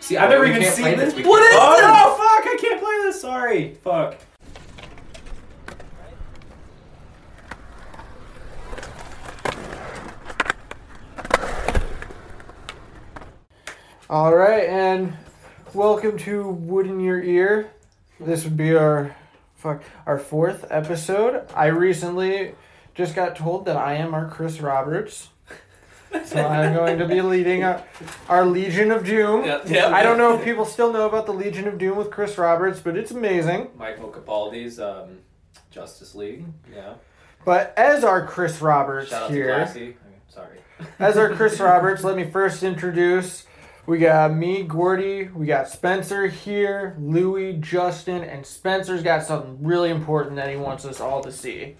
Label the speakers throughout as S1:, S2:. S1: See, I've never
S2: Oh, we
S1: even
S2: can't play
S1: seen
S2: this.
S1: this.
S2: We
S1: What
S2: can't-
S1: is
S3: Oh,
S1: this?
S3: no,
S1: fuck! I can't play this. Sorry. Fuck.
S4: All right, and welcome to Wood in Your Ear. This would be our fuck our fourth episode. I recently just got told that I am our Chris Roberts, so I'm going to be leading our, our Legion of Doom.
S2: Yeah.
S4: I don't know if people still know about the Legion of Doom with Chris Roberts, but it's amazing.
S2: Michael Capaldi's um, Justice League. Yeah.
S4: But as our Chris Roberts
S2: Shout out to
S4: here,
S2: Glassy. I'm Sorry.
S4: as our Chris Roberts, let me first introduce. We got me, Gordy. We got Spencer here, Louie, Justin, and Spencer's got something really important that he wants us all to see.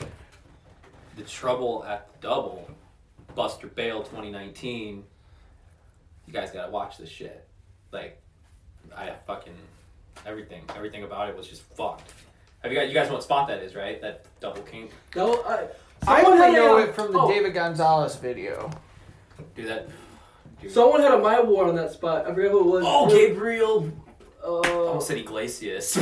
S2: The Trouble at the Double, Buster Bale 2019. You guys gotta watch this shit. Like, I fucking everything, everything about it was just fucked. Have you guys? You guys know what spot that is, right? That double kink.
S1: No, I.
S4: I
S1: someone
S4: only
S1: had
S4: know
S1: a-
S4: it from the
S1: oh,
S4: David Gonzalez video.
S2: Do that. Do
S1: Someone had a my award on that spot. I forget who it was.
S2: Oh, Gabriel!
S1: Uh,
S2: Almost said Iglesias.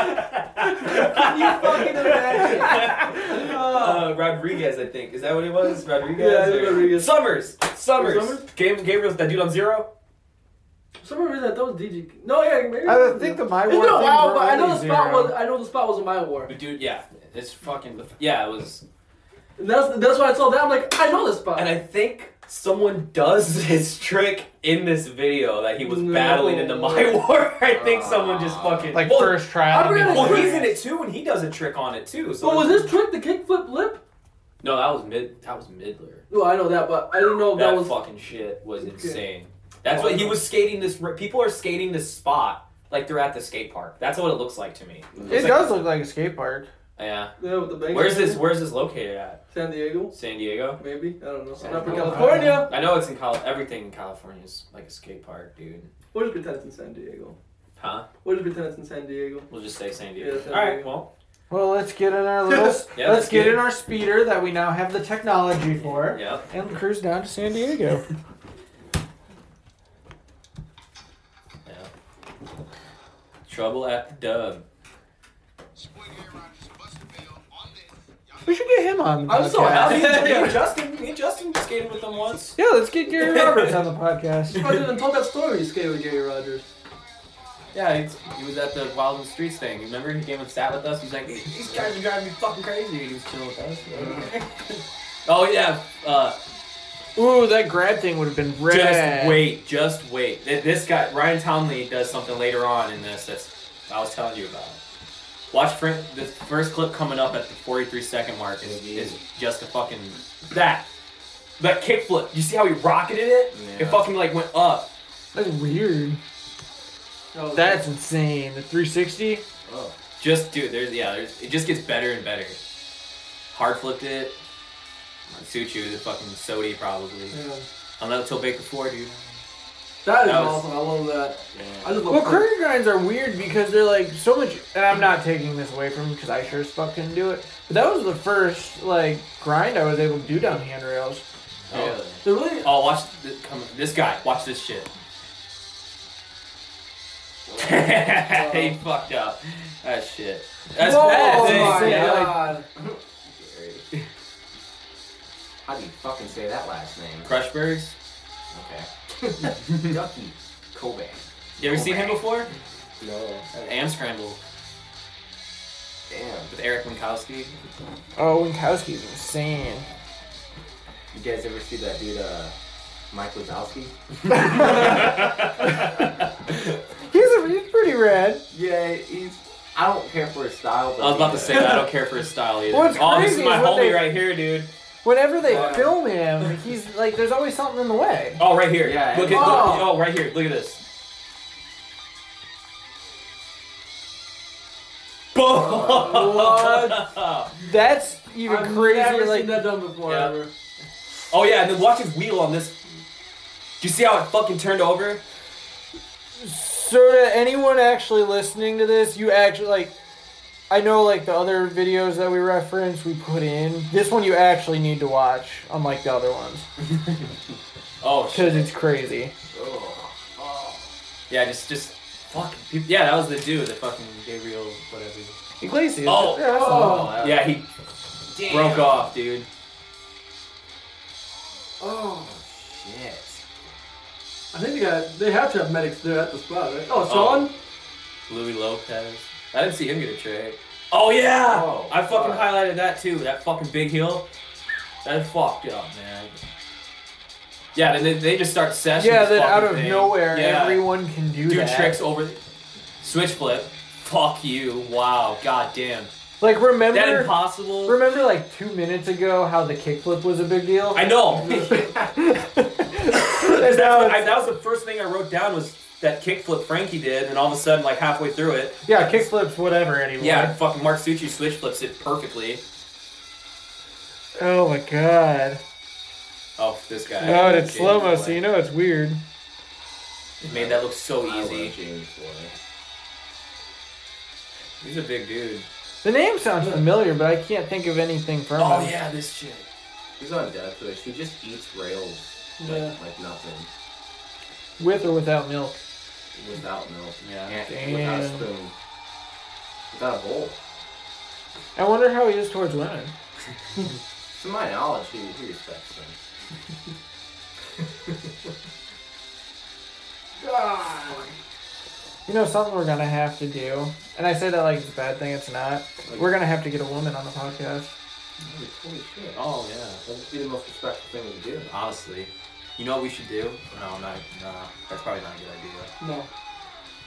S1: Can you fucking imagine?
S2: Uh, Rodriguez, I think. Is that what it was? Rodriguez?
S1: Yeah, it was
S2: or-
S1: Rodriguez.
S2: Summers! Summers!
S1: Summers?
S2: Gab- Gabriel's that dude on zero?
S1: for some reason I thought it was DG. No, yeah, maybe.
S4: I think the my
S1: it's
S4: war
S1: been a
S4: things
S1: while,
S4: were
S1: but I know the
S4: always
S1: spot
S4: zero.
S1: was. I know the spot was a my award.
S2: But dude, yeah. It's fucking. Yeah, it was.
S1: And that's that's why I saw that. I'm like, I know this spot.
S2: And I think someone does his trick in this video that he was
S1: No. Ah.
S2: battling in the My War. I think someone just fucking.
S4: like
S2: well,
S4: first trial.
S1: I really-
S2: Well, he's in it too, and he does a trick on it too. So
S1: but was this trick the kickflip lip?
S2: No, that was mid. That was Midler.
S1: No, I know that, but I didn't know if
S2: Oh, that, Oh,
S1: that was.
S2: fucking shit was
S1: Okay.
S2: insane. That's what he was skating this. People are skating this spot like they're at the skate park. That's what it looks like to me.
S4: it
S2: It's like-
S4: does look like a skate park.
S2: Yeah.
S1: Yeah, with the bank.
S2: Where's this? Where's this located at?
S1: San Diego,
S2: San Diego.
S1: maybe. I don't know.
S2: San
S1: Not from
S2: Diego.
S1: California.
S2: I know it's in Cal. Everything in California is like a skate park, dude.
S1: Where's good tennis in San Diego?
S2: Huh?
S1: Where's good tennis in San Diego?
S2: We'll just say San Diego.
S1: Yeah, San
S2: All right.
S1: Diego.
S2: Well,
S4: Well, let's get in our little.
S2: Yeah,
S4: let's
S2: let's
S4: get
S2: get
S4: in our speeder that we now have the technology for,
S2: yeah.
S4: and cruise down to San Diego.
S2: Trouble at the Dub.
S4: we should get him on. the
S1: I'm so
S4: podcast.
S1: happy.
S2: Yeah, yeah, Justin, me and Justin skated with them once.
S4: Yeah, let's get Gary Roberts on the podcast.
S1: I didn't told that story you skated with Jerry Rogers.
S2: Yeah, he's, he was at the Wild in the Streets thing. Remember, he came and sat with us. He's like, "These guys are driving me fucking crazy." And he was chilling with us. oh yeah, uh,
S4: Ooh, that grab thing would have been rad.
S2: just wait, just wait. Th- This guy Ryan Tomley does something later on in this that's I was telling you about. Watch fr- the first clip coming up at the 43 second mark is, is just a fucking that that kickflip. You see how he rocketed it? It
S3: Yeah.
S2: fucking like went up.
S4: That's weird.
S1: Oh,
S4: That's insane. The 360.
S2: Oh. Just dude, there's yeah, there's it just gets better and better. Hard flipped it. Suchu is a fucking sody probably.
S1: yeah.
S2: Unless till Baker Four, dude.
S1: that is
S2: That was-
S1: awesome. I love that. I just love.
S4: Well, curtain grinds are weird because they're like so much. And I'm not taking this away from because I sure as fuck couldn't do it. But that was the first like grind I was able to do down handrails.
S2: Oh,
S1: Yeah. They're really.
S2: oh watch this, come, this guy. Watch this shit. he fucked up. That shit. That's
S4: Whoa,
S2: bad.
S4: my
S2: dude. Yeah, like-
S1: Oh God.
S3: How do you fucking say that last name?
S2: Crushberries.
S3: Okay. Ducky Kobe.
S2: You ever seen him before?
S3: No.
S2: Am Scramble
S3: Damn.
S2: with Eric Winkowski.
S4: Oh, Winkowski's insane.
S3: You guys ever see that dude, uh, Mike Wazowski?
S4: He's, a, he's pretty rad.
S3: Yeah, he's. I don't care for his style, but.
S2: I was about to
S3: he's
S2: say that. I don't care for his style either.
S4: What's
S2: oh, this
S4: crazy
S2: is my
S4: is what
S2: homie
S4: they-
S2: right here, dude.
S4: Whenever they
S1: Yeah.
S4: film him, he's like, there's always something in the way.
S2: Oh, right here.
S3: Yeah,
S2: Look at look,
S3: and-
S1: Oh.
S2: oh, right here. Look at this. Boom!
S1: What?
S4: That's even
S1: I've
S4: crazier.
S1: never
S4: Like
S1: seen that done before
S2: Yeah.
S1: ever.
S2: Oh yeah, and then watch his wheel on this. Do you see how it fucking turned over?
S4: So to anyone actually listening to this, you actually like I know like the other videos that we reference we put in. This one you actually need to watch, unlike the other ones.
S2: Oh
S4: Because
S2: shit!
S4: it's crazy.
S3: Ugh. Oh.
S2: Yeah, just just fucking people. Yeah, that was the dude, the fucking Gabriel whatever.
S4: Iglesias.
S2: Oh,
S4: yeah, that's the
S1: oh.
S4: one.
S2: Oh, yeah, he
S3: Damn.
S2: broke off, dude.
S1: Oh,
S3: Shit.
S1: I think they got. They have to have medics there at the spot, right? Oh,
S2: Oh.
S1: Sean.
S2: Louis Lopez. I didn't see him get a trade. Oh yeah,
S3: Oh,
S2: I fucking
S3: fuck.
S2: highlighted that too. That fucking big heel. That fucked up, man. Yeah, then they, they just start sessions.
S4: Yeah, then out of nowhere,
S2: yeah.
S4: everyone can do
S2: do
S4: that.
S2: tricks over, switch flip. Fuck you! Wow, goddamn.
S4: Like remember,
S2: That impossible.
S4: remember like two minutes ago how the kickflip was a big deal.
S2: I know.
S4: And
S2: That's
S4: now
S2: what- I-
S4: it's-
S2: that was the first thing I wrote down was that kickflip Frankie did, and all of a sudden, like halfway through it,
S4: yeah, kickflips, whatever. Anymore.
S2: yeah, fucking Mark Succi switch flips it perfectly.
S4: Oh my god.
S2: Oh, this guy.
S4: No, and it's
S2: James
S4: slow mo,
S2: Blake.
S4: so you know it's weird.
S2: It made that look so easy.
S3: James Floyd.
S2: He's a big dude.
S4: The name sounds familiar, but I can't think of anything from
S2: Oh
S4: him.
S2: yeah, this shit.
S3: He's on death wish. He just eats rails like,
S1: Yeah.
S3: like nothing.
S4: With or without milk.
S3: Without milk.
S2: Yeah.
S3: And without a
S4: Damn.
S3: spoon. Without a bowl.
S4: I wonder how he is towards women.
S3: To my knowledge, he, he respects them.
S1: God.
S4: You know, something we're gonna have to do, and I say that like it's a bad thing, it's not. We're gonna have to get a woman on the podcast.
S3: Holy, holy shit.
S2: Oh yeah.
S3: That'd be the most respectful thing to do.
S2: Honestly, you know what we should do? No, not nah. That's probably not a good idea.
S1: No.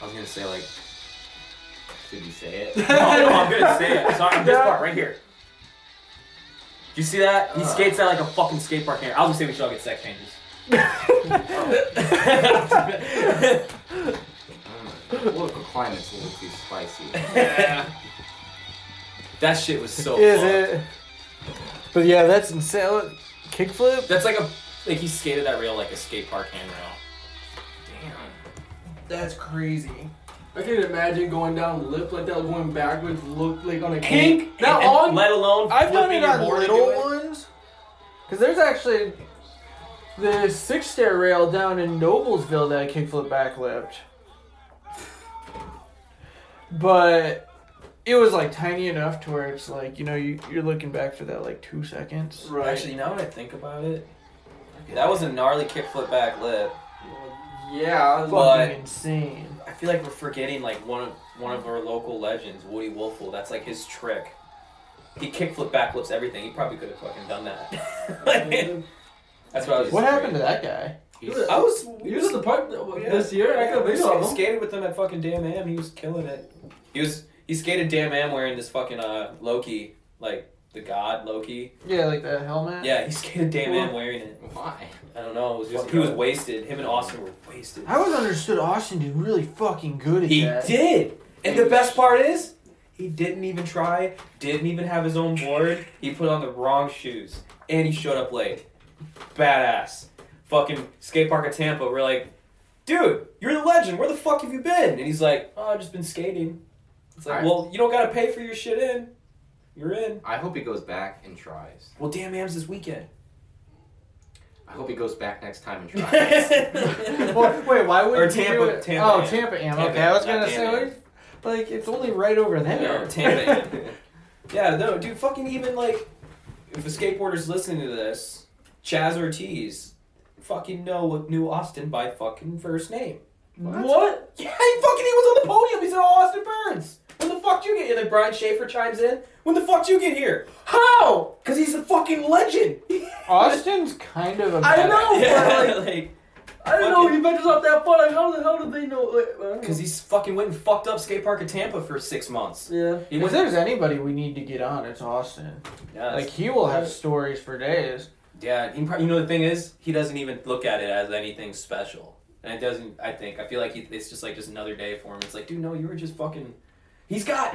S2: I was gonna say like.
S3: Should you say it?
S2: No, no, I'm gonna say it. Sorry, this part right here. Do you see that? He
S3: Uh.
S2: skates out like a fucking skate park here. I was gonna say we should all get sex changes.
S3: Mm. The political climate's a little too spicy.
S2: that shit was so.
S4: is
S2: fun.
S4: it? But yeah, that's insane. Kickflip.
S2: That's like a like he skated that rail like a skate park handrail.
S4: That's crazy.
S1: I can't imagine going down lip like that, going backwards, look like on a
S4: Kink?
S1: kink. That
S2: And- and
S1: on?
S2: Let alone
S4: I've done
S2: flipping
S4: it
S2: your
S4: on
S2: board to
S4: little
S2: do it.
S4: ones. Cause there's actually the six stair rail down in Noblesville that I kickflip backlipped. But it was like tiny enough to where it's like you know you you're looking back for that like two seconds.
S1: Right.
S2: Actually, now that I think about it, that was a gnarly kickflip back lip.
S1: yeah.
S2: But-
S4: Fucking insane.
S2: I feel like we're forgetting like one of one of our local legends, Woody Wolfel. That's like his trick. He kickflip backflips everything. He probably could have fucking done that. That's what I was.
S4: What happened to that guy?
S3: He's,
S2: I was.
S1: You was at the park th-
S2: Yeah.
S1: this year. I got a video of him.
S2: skated with him at fucking Damn Am. He was killing it. He was. He skated Damn Am wearing this fucking uh Loki, like the god Loki.
S4: Yeah, like the helmet.
S2: Yeah, he skated Damn Am wearing it.
S3: why?
S2: I don't know. It was just
S3: Fuck
S2: he was
S3: God.
S2: wasted. Him and Austin were wasted.
S4: I always understood Austin did really fucking good at
S2: He
S4: that.
S2: did. And the best part is, he didn't even try, didn't even have his own board. He put on the wrong shoes. And he showed up late. Badass. Fucking skate park at Tampa. We're like, dude, you're the legend. Where the fuck have you been? And he's like, oh, I've just been skating. It's like,
S3: I-
S2: well, you don't gotta pay for your shit in. You're in.
S3: I hope he goes back and tries.
S2: Well, damn, Am's this weekend.
S3: I hope he goes back next time and tries.
S4: Well,
S2: well,
S4: wait, why would
S2: Or
S4: you
S2: Tampa-
S4: do it?
S2: Tampa
S4: oh,
S2: Am.
S4: Tampa Am.
S2: Tampa
S4: okay, I was
S2: Am,
S4: gonna
S2: not
S4: say
S2: Tampa
S4: like, like it's only right over there.
S2: Yeah, Tampa Am. Yeah, no, dude, fucking even like, if a skateboarder's listening to this, Chaz Ortiz, fucking know what knew Austin by fucking first name.
S1: What?
S2: Yeah, he fucking he was on the podium. He said, "Oh, Austin Burns." When the fuck you get here? Like Brian Schaefer chimes in. When the fuck you get here? How? Cause he's a fucking legend.
S4: Austin's kind of a.
S1: I
S4: badass.
S1: know.
S2: yeah, like,
S1: I don't know.
S2: Fucking-
S1: He ventures off that far. Like, how the hell did they know? Like, I don't know.
S2: cause he's fucking went and fucked up skate park at Tampa for six months.
S1: yeah.
S2: He
S4: If
S2: went,
S4: there's anybody we need to get on, it's Austin.
S2: yeah,
S4: Like he will have stories for days.
S2: Yeah, he prob- you know the thing is, he doesn't even look at it as anything special, and it doesn't. I think I feel like he, it's just like just another day for him. It's like, dude, no, you were just fucking. He's got.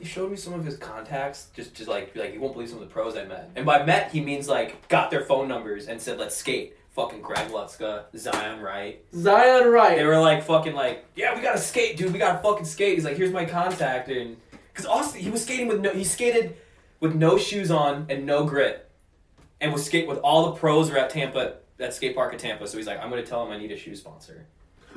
S2: He showed me some of his contacts, just just like like you won't believe some of the pros I met. And by met, he means like got their phone numbers and said, let's skate. Fucking Greg Lutzka, Zion Wright.
S1: Zion Wright.
S2: They were like fucking like, yeah, we gotta skate, dude. We gotta fucking skate. He's like, here's my contact, and because Austin, he was skating with no, he skated with no shoes on and no grit, and was skate with all the pros were at Tampa, that skate park at Tampa. So he's like, I'm gonna tell him I need a shoe sponsor.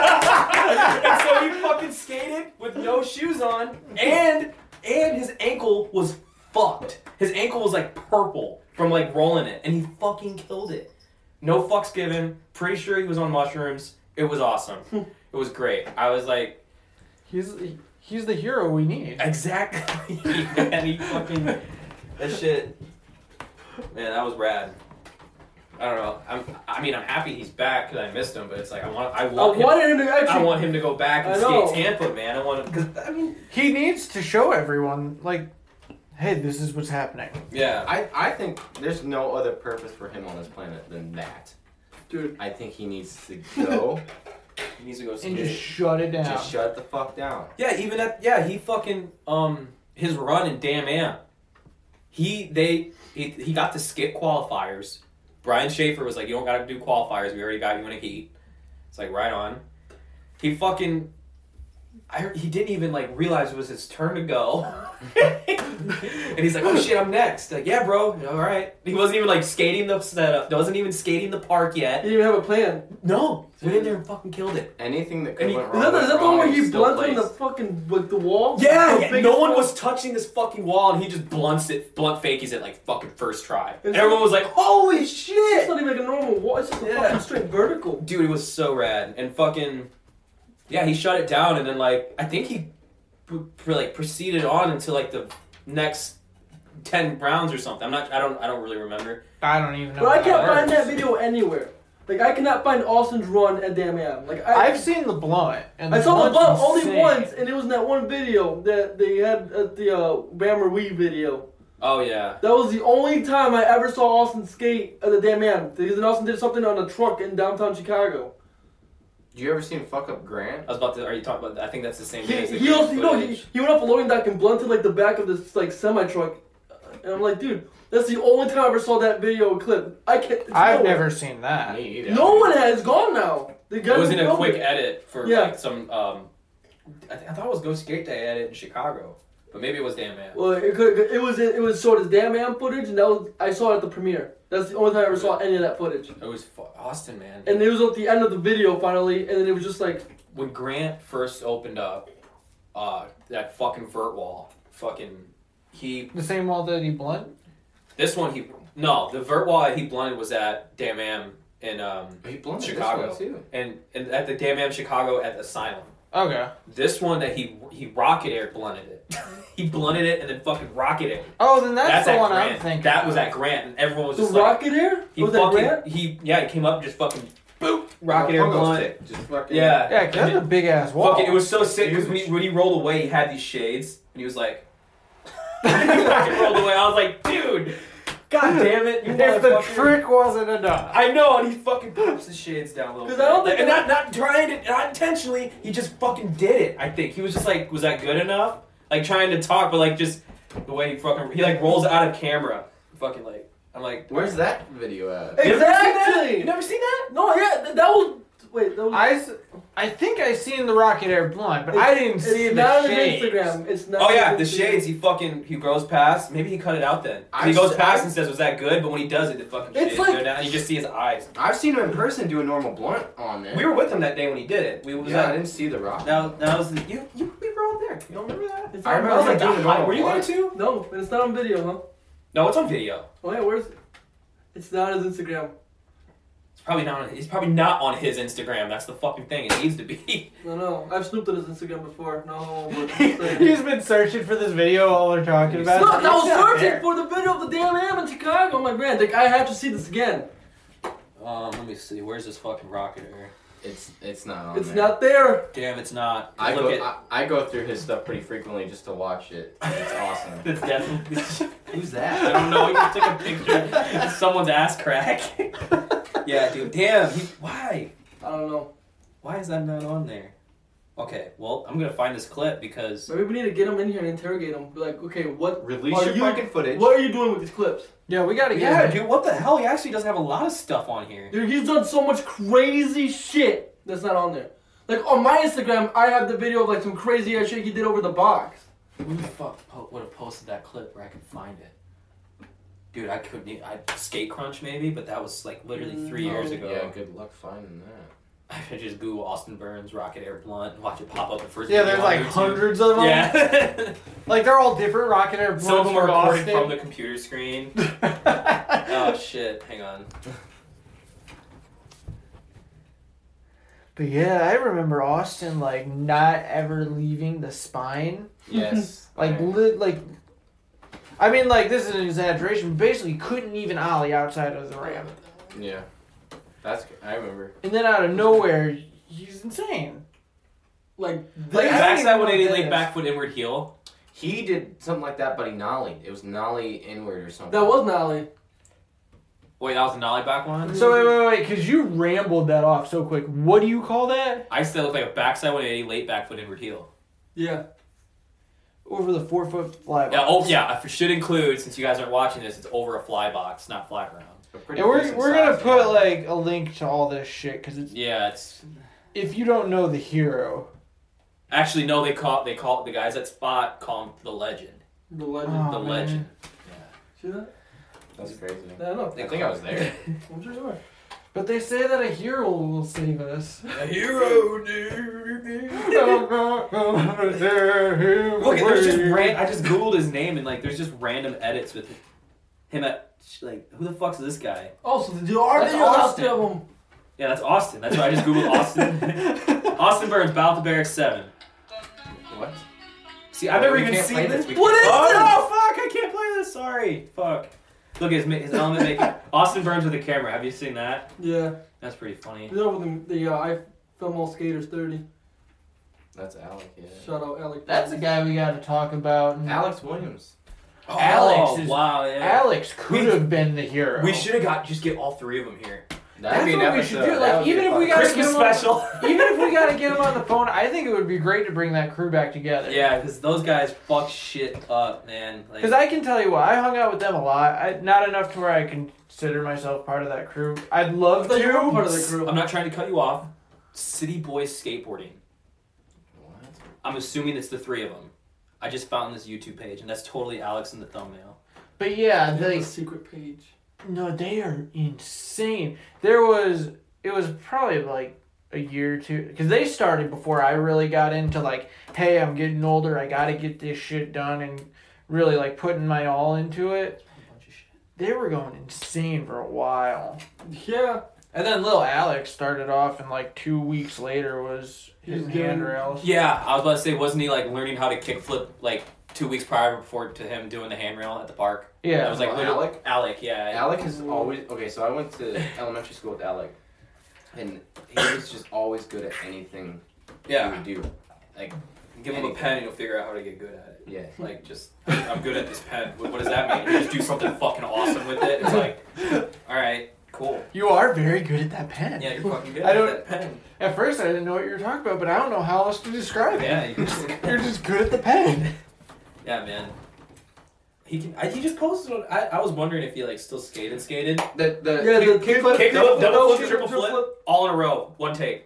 S2: and so he fucking skated with no shoes on, and and his ankle was fucked. His ankle was like purple from like rolling it, and he fucking killed it. No fucks given. Pretty sure he was on mushrooms. It was awesome. it was great. I was like,
S4: He's he's the hero we need.
S2: exactly. and he fucking that shit. Man, that was rad. I don't know. I'm, I mean, I'm happy he's back because I missed him, but it's like I want,
S1: I
S2: I want, him,
S1: wanted him to
S2: I
S1: actually.
S2: want him to go back and
S1: I know.
S2: skate Tampa, man. I want him because I mean,
S4: He needs to show everyone like, hey, this is what's happening.
S2: yeah.
S3: I, I think there's no other purpose for him on this planet than that.
S1: Dude,
S3: I think he needs to go
S2: He needs to go
S4: And
S2: skate.
S4: just shut it down.
S3: just shut the fuck down.
S2: yeah, even at yeah, he fucking um his run in Damn Am. He they he, he got to skip qualifiers. Brian Schaefer was like, "You don't got to do qualifiers. We already got you in a heat." It's like right on. He fucking. I heard, he didn't even like realize it was his turn to go, and he's like, "Oh shit, I'm next." Like, yeah, bro, all right. He wasn't even like skating the setup. Wasn't even skating the park
S1: he
S2: yet.
S1: didn't even have a plan.
S2: No, went in there and fucking killed it.
S3: Anything that could
S2: And he-
S3: went
S1: Is
S3: wrong.
S1: that, the- is
S3: went
S1: that the
S3: wrong
S1: one where
S3: and
S1: he
S3: still
S1: blunts on the
S3: placed.
S1: fucking like the wall?
S2: Yeah,
S1: The
S2: yeah,
S1: biggest
S2: no one
S1: wall?
S2: was touching this fucking wall, and he just blunts it, blunt fakies it like fucking first try. And
S1: It's-
S2: everyone was like, "Holy
S1: It's
S2: shit,
S1: not even like a normal wall. It's just a
S2: Yeah.
S1: fucking straight vertical.
S2: dude!" It was so rad, and fucking yeah, he shut it down, and then like I think he pr- pr- like proceeded on into like the next ten rounds or something. I'm not, I don't, I don't really remember.
S4: I don't even know.
S1: But I
S4: how that
S1: can't find
S4: works.
S1: that video anywhere. Like I cannot find Austin's run at Damn Am. Like I,
S4: I've seen the blunt, and
S1: I
S4: the
S1: saw the
S4: blunt's
S1: bump only
S4: insane.
S1: once, and it was in that one video that they had at the uh, Bammer Wee video.
S2: Oh yeah,
S1: That was the only time I ever saw Austin skate at the Damn Am. Because then Austin did something on a truck in downtown Chicago.
S3: You ever seen Fuck Up Grant?
S2: I was about to. Are you talking about? I think that's the same. thing
S1: He,
S2: as the
S1: he also you know, he,
S2: footage.
S1: he went up a loading dock and blunted like the back of this like semi truck, and I'm like, dude, that's the only time I ever saw that video clip. I can't. it's
S4: I've
S1: nowhere.
S4: never seen that.
S3: Me either.
S1: No one has gone now. The guy
S2: It was in a
S1: filmed
S2: quick
S1: it.
S2: edit for
S1: Yeah.
S2: like some. Um, I, th- I thought it was Go Skate Day edit in Chicago, but maybe it was Damn Man.
S1: Well, it could. It was. It was sort of damn man footage, and that was. I saw it at the premiere. That's the only time I ever saw any of that footage.
S2: It was fu- Austin, man.
S1: And it was at the end of the video finally, and then it was just like,
S2: when Grant first opened up, uh, that fucking vert wall, fucking he.
S4: The same wall that he blunt.
S2: This one he no the vert wall he blunted was at Damn Am in um
S3: He blunted
S2: Chicago.
S3: this one too.
S2: and, and at the Damn Am Chicago at the Asylum.
S4: Okay.
S2: This one that he he rocket air blunted it. he blunted it and then fucking rocket air.
S4: Oh, then that's, the
S2: at
S4: one
S2: Grant.
S4: I'm thinking.
S2: That was
S4: of.
S2: at Grant, and everyone was
S1: the
S2: just like,
S1: rocket air.
S2: He
S1: was that
S2: fucking
S1: Grant?
S2: he yeah he came up and just fucking boop rocket air
S3: Oh, fuck those
S2: blunt.
S3: stick. Just fucking.
S2: Yeah,
S4: Yeah, 'cause
S2: And
S4: that's a big ass
S2: it-
S4: wall.
S2: fucking- it was so sick because when, he- when he rolled away, he had these shades and he was like, he fucking rolled away. I was like, dude, god damn it, you
S4: if the
S2: motherfucker."
S4: trick wasn't enough.
S2: I know, and he fucking pops his shades down a little.
S1: 'Cause
S2: bit.
S1: I don't think
S2: and
S1: I-
S2: not not trying to not intentionally. He just fucking did it. I think he was just like, was that good enough? Like trying to talk, but like just the way he fucking he like rolls out of camera, fucking like I'm like.
S3: Where's that video at?
S1: Hey.
S2: "You never seen that?
S1: Exactly.
S2: You never seen that?
S1: No, yeah, th- that was. Wait, that was.
S4: I, s- I think I seen the rocket air blunt, but I didn't
S1: it's
S4: see
S1: not
S4: the
S1: on his
S4: shades.
S1: Instagram. It's not.
S2: Oh
S1: on
S2: yeah, the
S1: his Instagram.
S2: shades. He fucking he goes past. Maybe he cut it out then. 'Cause He
S3: I
S2: goes
S3: s-
S2: past
S3: I-
S2: and says, "Was that good?" But when he does it, the fucking
S1: It's
S2: shades
S1: like-
S2: go down. And you just see his eyes.
S3: I've seen him in person do a normal blunt on there.
S2: We were with him that day when he did it. We was
S3: yeah, I
S2: that.
S3: didn't see the rock.
S2: That, that was the, you, you. We were all there. You don't remember that?
S1: It's
S3: I
S1: not-
S3: remember
S2: I was like,
S3: doing
S2: "Ah,
S3: the normal
S2: were you there
S3: blunt."
S2: too?
S1: No, but it's not on video, huh?
S2: No, it's on video.
S1: Oh yeah, where's? It's not on his Instagram.
S2: It's probably not. On, it's probably not on his Instagram. That's the fucking thing. It needs to be.
S1: No, no, I've snooped on his Instagram before. No, but
S4: He's been searching for this video all we're talking about.
S1: Look, I was
S4: It's not
S1: searching
S4: there.
S1: for the video of the damn am in Chicago. My man, like, I have to see this again.
S2: Um, let me see. Where's this fucking rocket? Or
S3: It's it's not on
S1: it's
S3: there.
S1: not there.
S2: damn, it's not.
S3: I
S2: Look
S3: go
S2: at-
S3: I, I go through his stuff pretty frequently just to watch it. It's awesome.
S2: It's definitely.
S3: Who's
S2: I
S3: that?
S2: don't know. He just took a picture. of Someone's ass crack. yeah, dude. Damn. He, why?
S1: I don't know.
S2: Why is that not on there? Okay. Well, I'm gonna find this clip because
S1: Maybe we need to get him in here and interrogate him. Be like, okay, what?
S3: Release
S1: Are
S3: your
S1: you-
S3: fucking footage.
S1: What are you doing with these clips?
S4: Yeah, we gotta get
S2: yeah,
S4: him.
S2: dude. What the hell? He actually does have a lot of stuff on here.
S1: Dude, he's done so much crazy shit that's not on there. Like on my Instagram, I have the video of like some crazy ass shit he did over the box.
S2: Who the fuck po- would have posted that clip where I could find it? Dude, I
S4: Mm,
S2: couldn't. e- I skate crunch maybe, but that was like literally three
S4: oh,
S1: No.
S2: years
S3: Oh, Yeah,
S2: ago.
S3: good luck finding that.
S2: I should just Google Austin Burns Rocket Air Blunt and watch it pop up the first.
S4: Yeah,
S2: video
S4: there's
S2: on
S4: like
S2: YouTube.
S4: hundreds of them.
S2: Yeah.
S4: Like they're all different rocket air
S2: Some of
S4: blunts
S2: them are
S4: for
S2: recording
S4: Austin.
S2: from the computer screen. Oh shit! Hang on.
S4: But yeah, I remember Austin like not ever leaving the spine.
S2: Yes.
S4: Like
S2: Okay.
S4: li- like I mean like this is an exaggeration, basically couldn't even ollie outside of the ramp.
S3: Yeah. That's good. I remember.
S4: And then out of nowhere, he's insane.
S1: Like,
S4: Like,
S1: this-
S4: I
S2: back
S4: don't
S2: side
S4: even know what
S2: 180
S4: that
S2: leg
S4: is.
S2: back foot inward heel.
S3: He did something like that, but he nollied. It was nollie inward or something.
S1: that was Nolly.
S2: Wait, that was a nollie back one.
S4: So wait, wait, wait, because you rambled that off so quick. What do you call that?
S2: I said it looked like a backside 180 late back foot inward heel.
S1: Yeah.
S4: Over the four foot fly.
S2: Yeah, oh yeah, I f- should include since you guys aren't watching this, it's over a fly box, not fly around.
S3: A pretty
S4: And we're,
S3: decent
S4: we're gonna
S3: size,
S4: put
S3: yeah.
S4: like a link to all this shit because it's
S2: Yeah, it's
S4: if you don't know the hero,
S2: actually no, they call they call the guys at spot call him the legend.
S1: The legend.
S4: Oh,
S2: the
S4: man.
S2: legend.
S1: See that?
S3: That's crazy.
S1: I don't know.
S3: I think I was there.
S1: I'm sure you are.
S4: but they say that a hero will save us.
S2: A hero, dude. Look,
S4: Look,
S2: there's just ran- I just googled his name and like there's just random edits with him at like who the fuck's this guy?
S1: Oh, so the are
S2: That's
S1: videos out
S2: Austin.
S1: there of them.
S2: Yeah, that's Austin. That's why I just googled Austin. Austin Burns, Battle to Barracks Seven.
S3: What?
S2: See, I've never
S3: We
S2: even
S3: can't play
S2: seen this.
S3: this. We
S2: What is
S1: can't-
S2: oh,
S1: this?
S2: Oh fuck! I can't play this. Sorry. Fuck. Look at his, ma- his element making. Austin Burns with a camera. Have you seen that?
S1: Yeah.
S2: That's pretty funny.
S1: They're with the, the uh, I film all skaters 30.
S3: That's Alec. Yeah.
S1: Shout out Alec.
S4: That's a guy we got to talk about.
S3: Alex Williams.
S2: Oh,
S4: Alex is-
S2: wow. Yeah.
S4: Alex could
S2: We-
S4: have been the hero.
S2: We should have got just get all three of them here.
S4: That's what we should do, like, even if we gotta-
S2: Christmas
S4: get 'em on-
S2: special.
S4: Even if we got to get him on the phone, I think it would be great to bring that crew back together.
S2: yeah, because those guys fuck shit up, man. Like,
S4: Because I can tell you what, I hung out with them a lot. I, not enough to where I consider myself part of that crew. I'd love
S1: But you were part of
S4: to.
S1: the crew.
S2: I'm not trying to cut you off. City Boys skateboarding. I'm assuming it's the three of them. I just found this YouTube page, and that's totally Alex in the thumbnail.
S4: But
S1: They
S4: yeah,
S1: have a
S4: they,
S1: secret page.
S4: no, they are insane. There was it was probably like a year or two because they started before I really got into like, hey, I'm getting older. I got to get this shit done and really like putting my all into it.
S2: A bunch of shit.
S4: They were going insane for a while.
S1: Yeah.
S4: And then little Alex started off, and like two weeks later was
S1: He's
S4: his
S1: doing-
S4: handrails.
S2: Yeah, I was about to say, wasn't he like learning how to kickflip like two weeks prior before to him doing the handrail at the park?
S4: Yeah.
S2: I was like,
S3: Oh,
S2: literally-
S3: Alec?
S2: Alec, yeah.
S3: Alec is always okay. So I went to elementary school with Alec, and he was just always good at anything
S2: Yeah.
S3: we would do.
S2: Give him a pen and you'll figure out how to get good at it.
S3: Yeah.
S2: Like, just, I'm good at this pen. What, what does that mean? You just do something fucking awesome with it. It's like, alright, cool.
S4: You are very good at that pen.
S2: Yeah, you're fucking good
S4: I
S2: at
S4: don't-
S2: that pen.
S4: At first, I didn't know what you were talking about, but I don't know how else to describe it.
S2: Yeah, you just,
S4: You're just good at the pen.
S2: yeah, man. He can, I, he just posted on, I, I was wondering if he like still skated, skated.
S3: The the
S1: Yeah, the kickflip,
S2: Kick
S1: double
S2: flip, double
S1: double
S2: flip,
S1: flip,
S2: triple
S1: triple
S2: flip, all in a row, one take.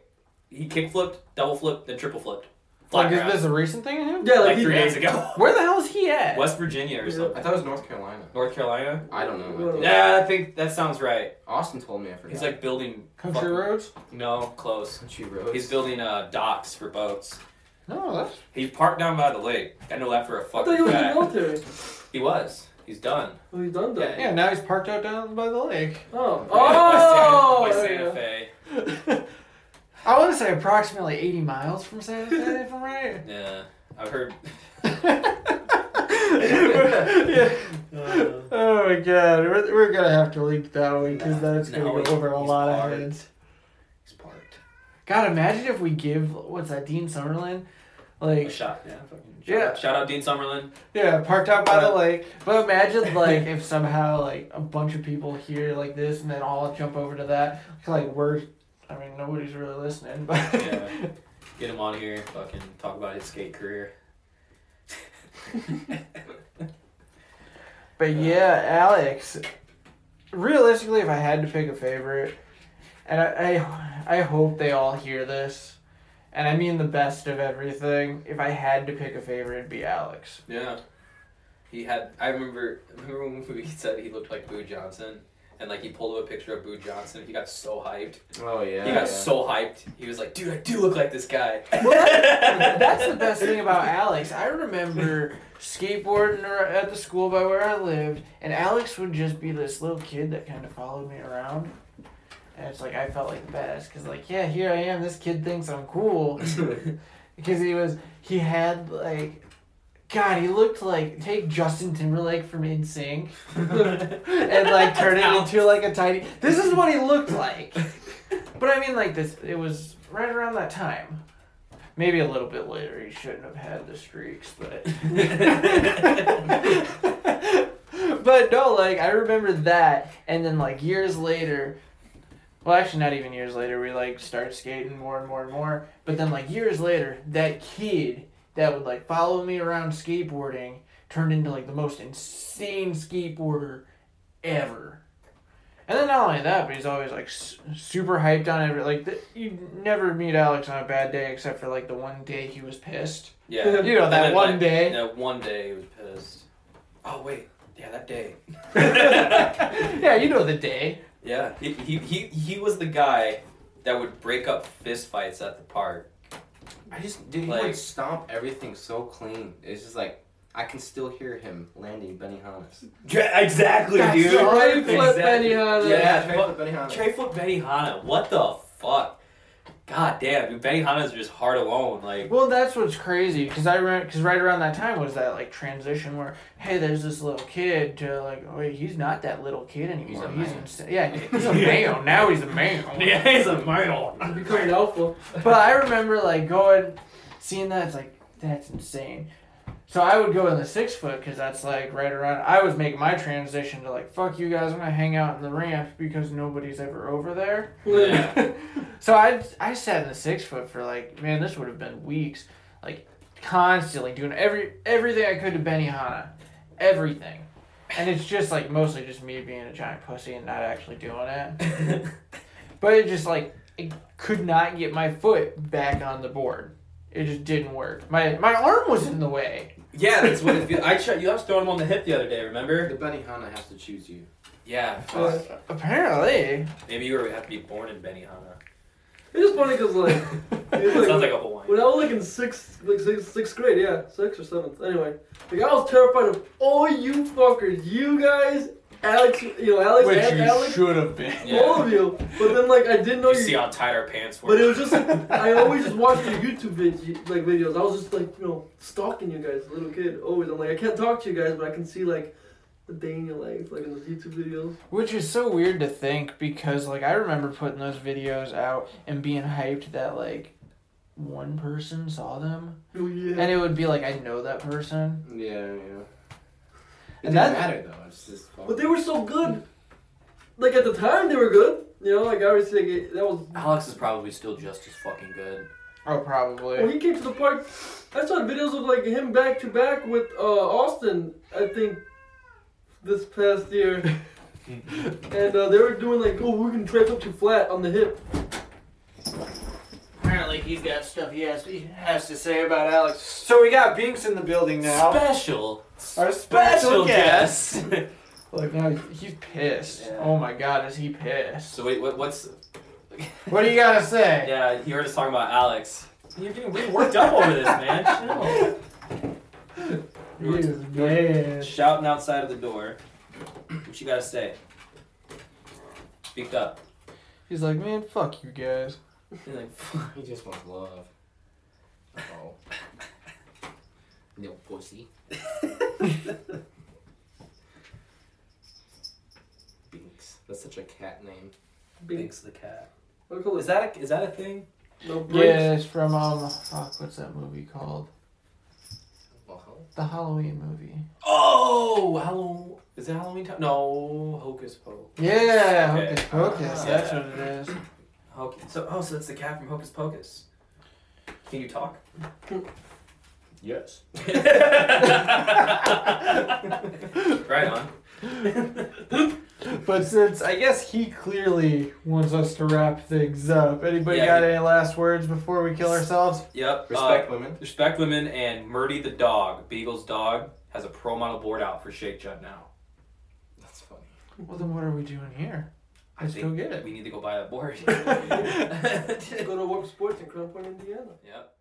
S2: He kick flipped, double flipped, then triple flipped. Fly
S4: Like, is
S2: around.
S4: this a recent thing? in him?
S1: Yeah, like,
S2: like
S1: he-
S2: three days ago.
S4: Where the hell is he at?
S2: West Virginia or
S1: Yeah.
S2: something.
S3: I thought it was North Carolina.
S2: North Carolina?
S3: I don't know. I think.
S2: Yeah, I think that sounds right.
S3: Austin told me I forgot.
S2: He's like building
S4: Country
S2: fucking-
S4: roads?
S2: No, close.
S3: country roads.
S2: He's building uh, docks for boats.
S4: No, Oh, that's
S2: He's parked down by the lake. I know that for a
S1: I thought he
S2: fucking
S1: was in the
S2: fact.
S1: military.
S2: He was. He's done.
S1: Well, he's done that.
S2: Yeah.
S4: yeah. Now he's parked out down by the lake.
S1: Oh.
S2: Yeah,
S1: Oh!
S2: by Santa, by
S1: there you
S2: Santa
S1: go.
S2: Fe.
S4: I want to say approximately 80 miles from Santa Fe, if I'm right.
S2: Yeah, I've heard.
S4: yeah.
S2: Uh,
S4: Oh my god, we're, we're gonna have to leak that one because
S2: Nah,
S4: that's gonna
S2: no,
S4: go over a
S2: he's
S4: lot
S2: hard.
S4: of heads.
S2: he's parked.
S4: God, imagine if we give what's that, Dean Summerlin,
S2: A
S4: like
S2: shot. Yeah. fucking Shout,
S4: Yeah.
S2: Shout out Dean Summerlin.
S4: yeah, parked out by the lake. But imagine like if somehow like a bunch of people hear like this and then all jump over to that. Like we're, I mean nobody's really listening, but
S2: Yeah. Get him on here. Fucking talk about his skate career.
S4: But yeah, Alex. Realistically, if I had to pick a favorite, and I, I, I hope they all hear this, and I mean the best of everything. If I had to pick a favorite, it'd be Alex.
S2: Yeah. He had. I remember. Remember when we said he looked like Boo Johnson. and like he pulled up a picture of Boo Johnson. He got so hyped.
S3: Oh yeah.
S2: He
S3: yeah.
S2: got so hyped. He was like, "Dude, I do look like this guy."
S4: That's the best thing about Alex. I remember skateboarding ar- at the school by where I lived, and Alex would just be this little kid that kind of followed me around. And it's like I felt like the best because, like, yeah, here I am. This kid thinks I'm cool because he was he had like. God, he looked like take Justin Timberlake from InSync and like turn it into like a tiny. This is what he looked like. But I mean, like this, it was right around that time. Maybe a little bit later. He shouldn't have had the streaks, but. but no, like I remember that, and then like years later. Well, actually, not even years later. We like start skating more and more and more. But then, like years later, that kid that would like follow me around skateboarding turned into like the most insane skateboarder ever. And then not only that, but he's always like s- super hyped on every like th- you never meet Alex on a bad day except for like the one day he was pissed.
S2: yeah,
S4: You know,
S2: And
S4: that
S2: then,
S4: one
S2: like,
S4: day.
S2: That one day, he was pissed. Oh wait, yeah, that day.
S4: yeah, you know the day.
S2: Yeah, he, he, he, he was the guy that would break up fist fights at the park.
S3: I just dude, he
S2: Like-
S3: would stomp everything so clean. It's just like I can still hear him landing Benihana's.
S2: Yeah, exactly,
S4: That's dude. so-
S1: Try flip
S2: Exactly.
S1: Benihana.
S2: Yeah,
S3: Trey
S2: but-
S3: with Benihana's.
S2: Trey Foot Benihana, what the fuck? God damn, dude, Benihana's just hard alone. Like,
S4: Well, that's what's crazy because I remember because right around that time was that like transition where hey, there's this little kid to like oh, wait, he's not that little kid anymore.
S3: a
S4: He's,
S3: man.
S4: insa- yeah, he's a male now. He's a male.
S2: he's a man.
S1: Becoming alpha.
S4: But I remember like going, seeing that. It's like that's insane. So I would go in the six foot because that's like right around. I was making my transition to like fuck you guys. I'm gonna hang out in the ramp because nobody's ever over there.
S2: Yeah.
S4: so I I sat in the six foot for like man, this would have been weeks. Like constantly doing every everything I could to Benihana, everything. And it's just like mostly just me being a giant pussy and not actually doing it but it just like it could not get my foot back on the board. It just didn't work. My my arm was in the way.
S2: yeah, that's what it feels. I tried. You I was throwing him on the hip the other day. Remember?
S3: The Benihana has to choose you.
S2: Yeah.
S1: Uh,
S2: Fuck.
S4: Apparently,
S2: Maybe you would have to be born in Benihana.
S1: It's just funny because like, it's
S2: It
S1: like-
S2: sounds like a Hawaiian.
S1: when I was like in sixth, like sixth, sixth grade, yeah, sixth or seventh. Anyway, like I was terrified of all you fuckers, you guys, Alex, you know, Alex and Alex,
S4: should have been.
S2: Yeah.
S1: all of you. But then like I didn't know
S2: You
S1: you.
S2: see how tight our pants were.
S1: but it was just like, I always just watched your YouTube vid- like videos. I was just like you know stalking you guys, little kid. Always, I'm like I can't talk to you guys, but I can see like the day in your life, like in those YouTube videos.
S4: Which is so weird to think because like I remember putting those videos out and being hyped that like one person saw them
S1: Oh yeah.
S4: and it would be like I know that person.
S3: Yeah, yeah. It
S4: And
S3: doesn't
S4: that-
S3: matter though. It's just fun.
S1: But they were so good. Like at the time, they were good. You know, like I was thinking that was.
S2: Alex is probably still just as fucking good.
S4: Oh,
S1: When
S4: probably.
S1: he came to the park, I saw videos of like him back to back with uh, Austin. I think this past year, and uh, they were doing like, oh, we can trap up to flat on the hip.
S4: Apparently, he's got stuff he has he has to say about Alex. So we got Binks in the building now.
S2: Special,
S4: Our
S2: special guest.
S4: Like now he's pissed.
S2: Yeah.
S4: Oh my god, is he pissed?
S2: so wait, what, what's?
S4: What do you gotta say?
S2: Yeah, he heard us talking about Alex. You're getting really worked up over this, man. Chill. You
S4: He
S2: were-
S4: is mad.
S2: Shouting outside of the door. What you gotta say? Speak up.
S4: He's like, man, fuck you guys.
S2: He's like,
S3: He just wants love. Oh. Little pussy. Binks. That's such a cat name.
S1: Binks.
S2: Binks the cat. Oh,
S1: What do you call
S2: Is
S1: it?
S2: that a, is that a thing?
S1: No, Binks.
S4: Yeah, it's from um, fuck, what's that movie called?
S3: Well,
S4: The Halloween movie.
S2: Oh, Halloween. Is it Halloween time? No, Hocus Pocus.
S4: Yeah,
S2: Okay.
S4: Hocus Pocus.
S2: Ah.
S4: that's what it is.
S2: Hocus. So, oh, so that's the cat from Hocus Pocus. Can you talk?
S3: yes.
S2: right on.
S4: But since I guess he clearly wants us to wrap things up. Anybody
S2: Yeah,
S4: got
S2: he-
S4: any last words before we kill ourselves?
S2: Yep. uh,
S3: Respect women.
S2: Respect women and Murdy the dog, Beagle's dog, has a pro model board out for Shake Jud now.
S3: That's funny.
S4: Well, then what are we doing here?
S2: I
S4: Let's go
S2: think
S4: get it.
S2: we need to go buy a board.
S1: Go to Warp Sports in Crown Point, Indiana.
S2: yep.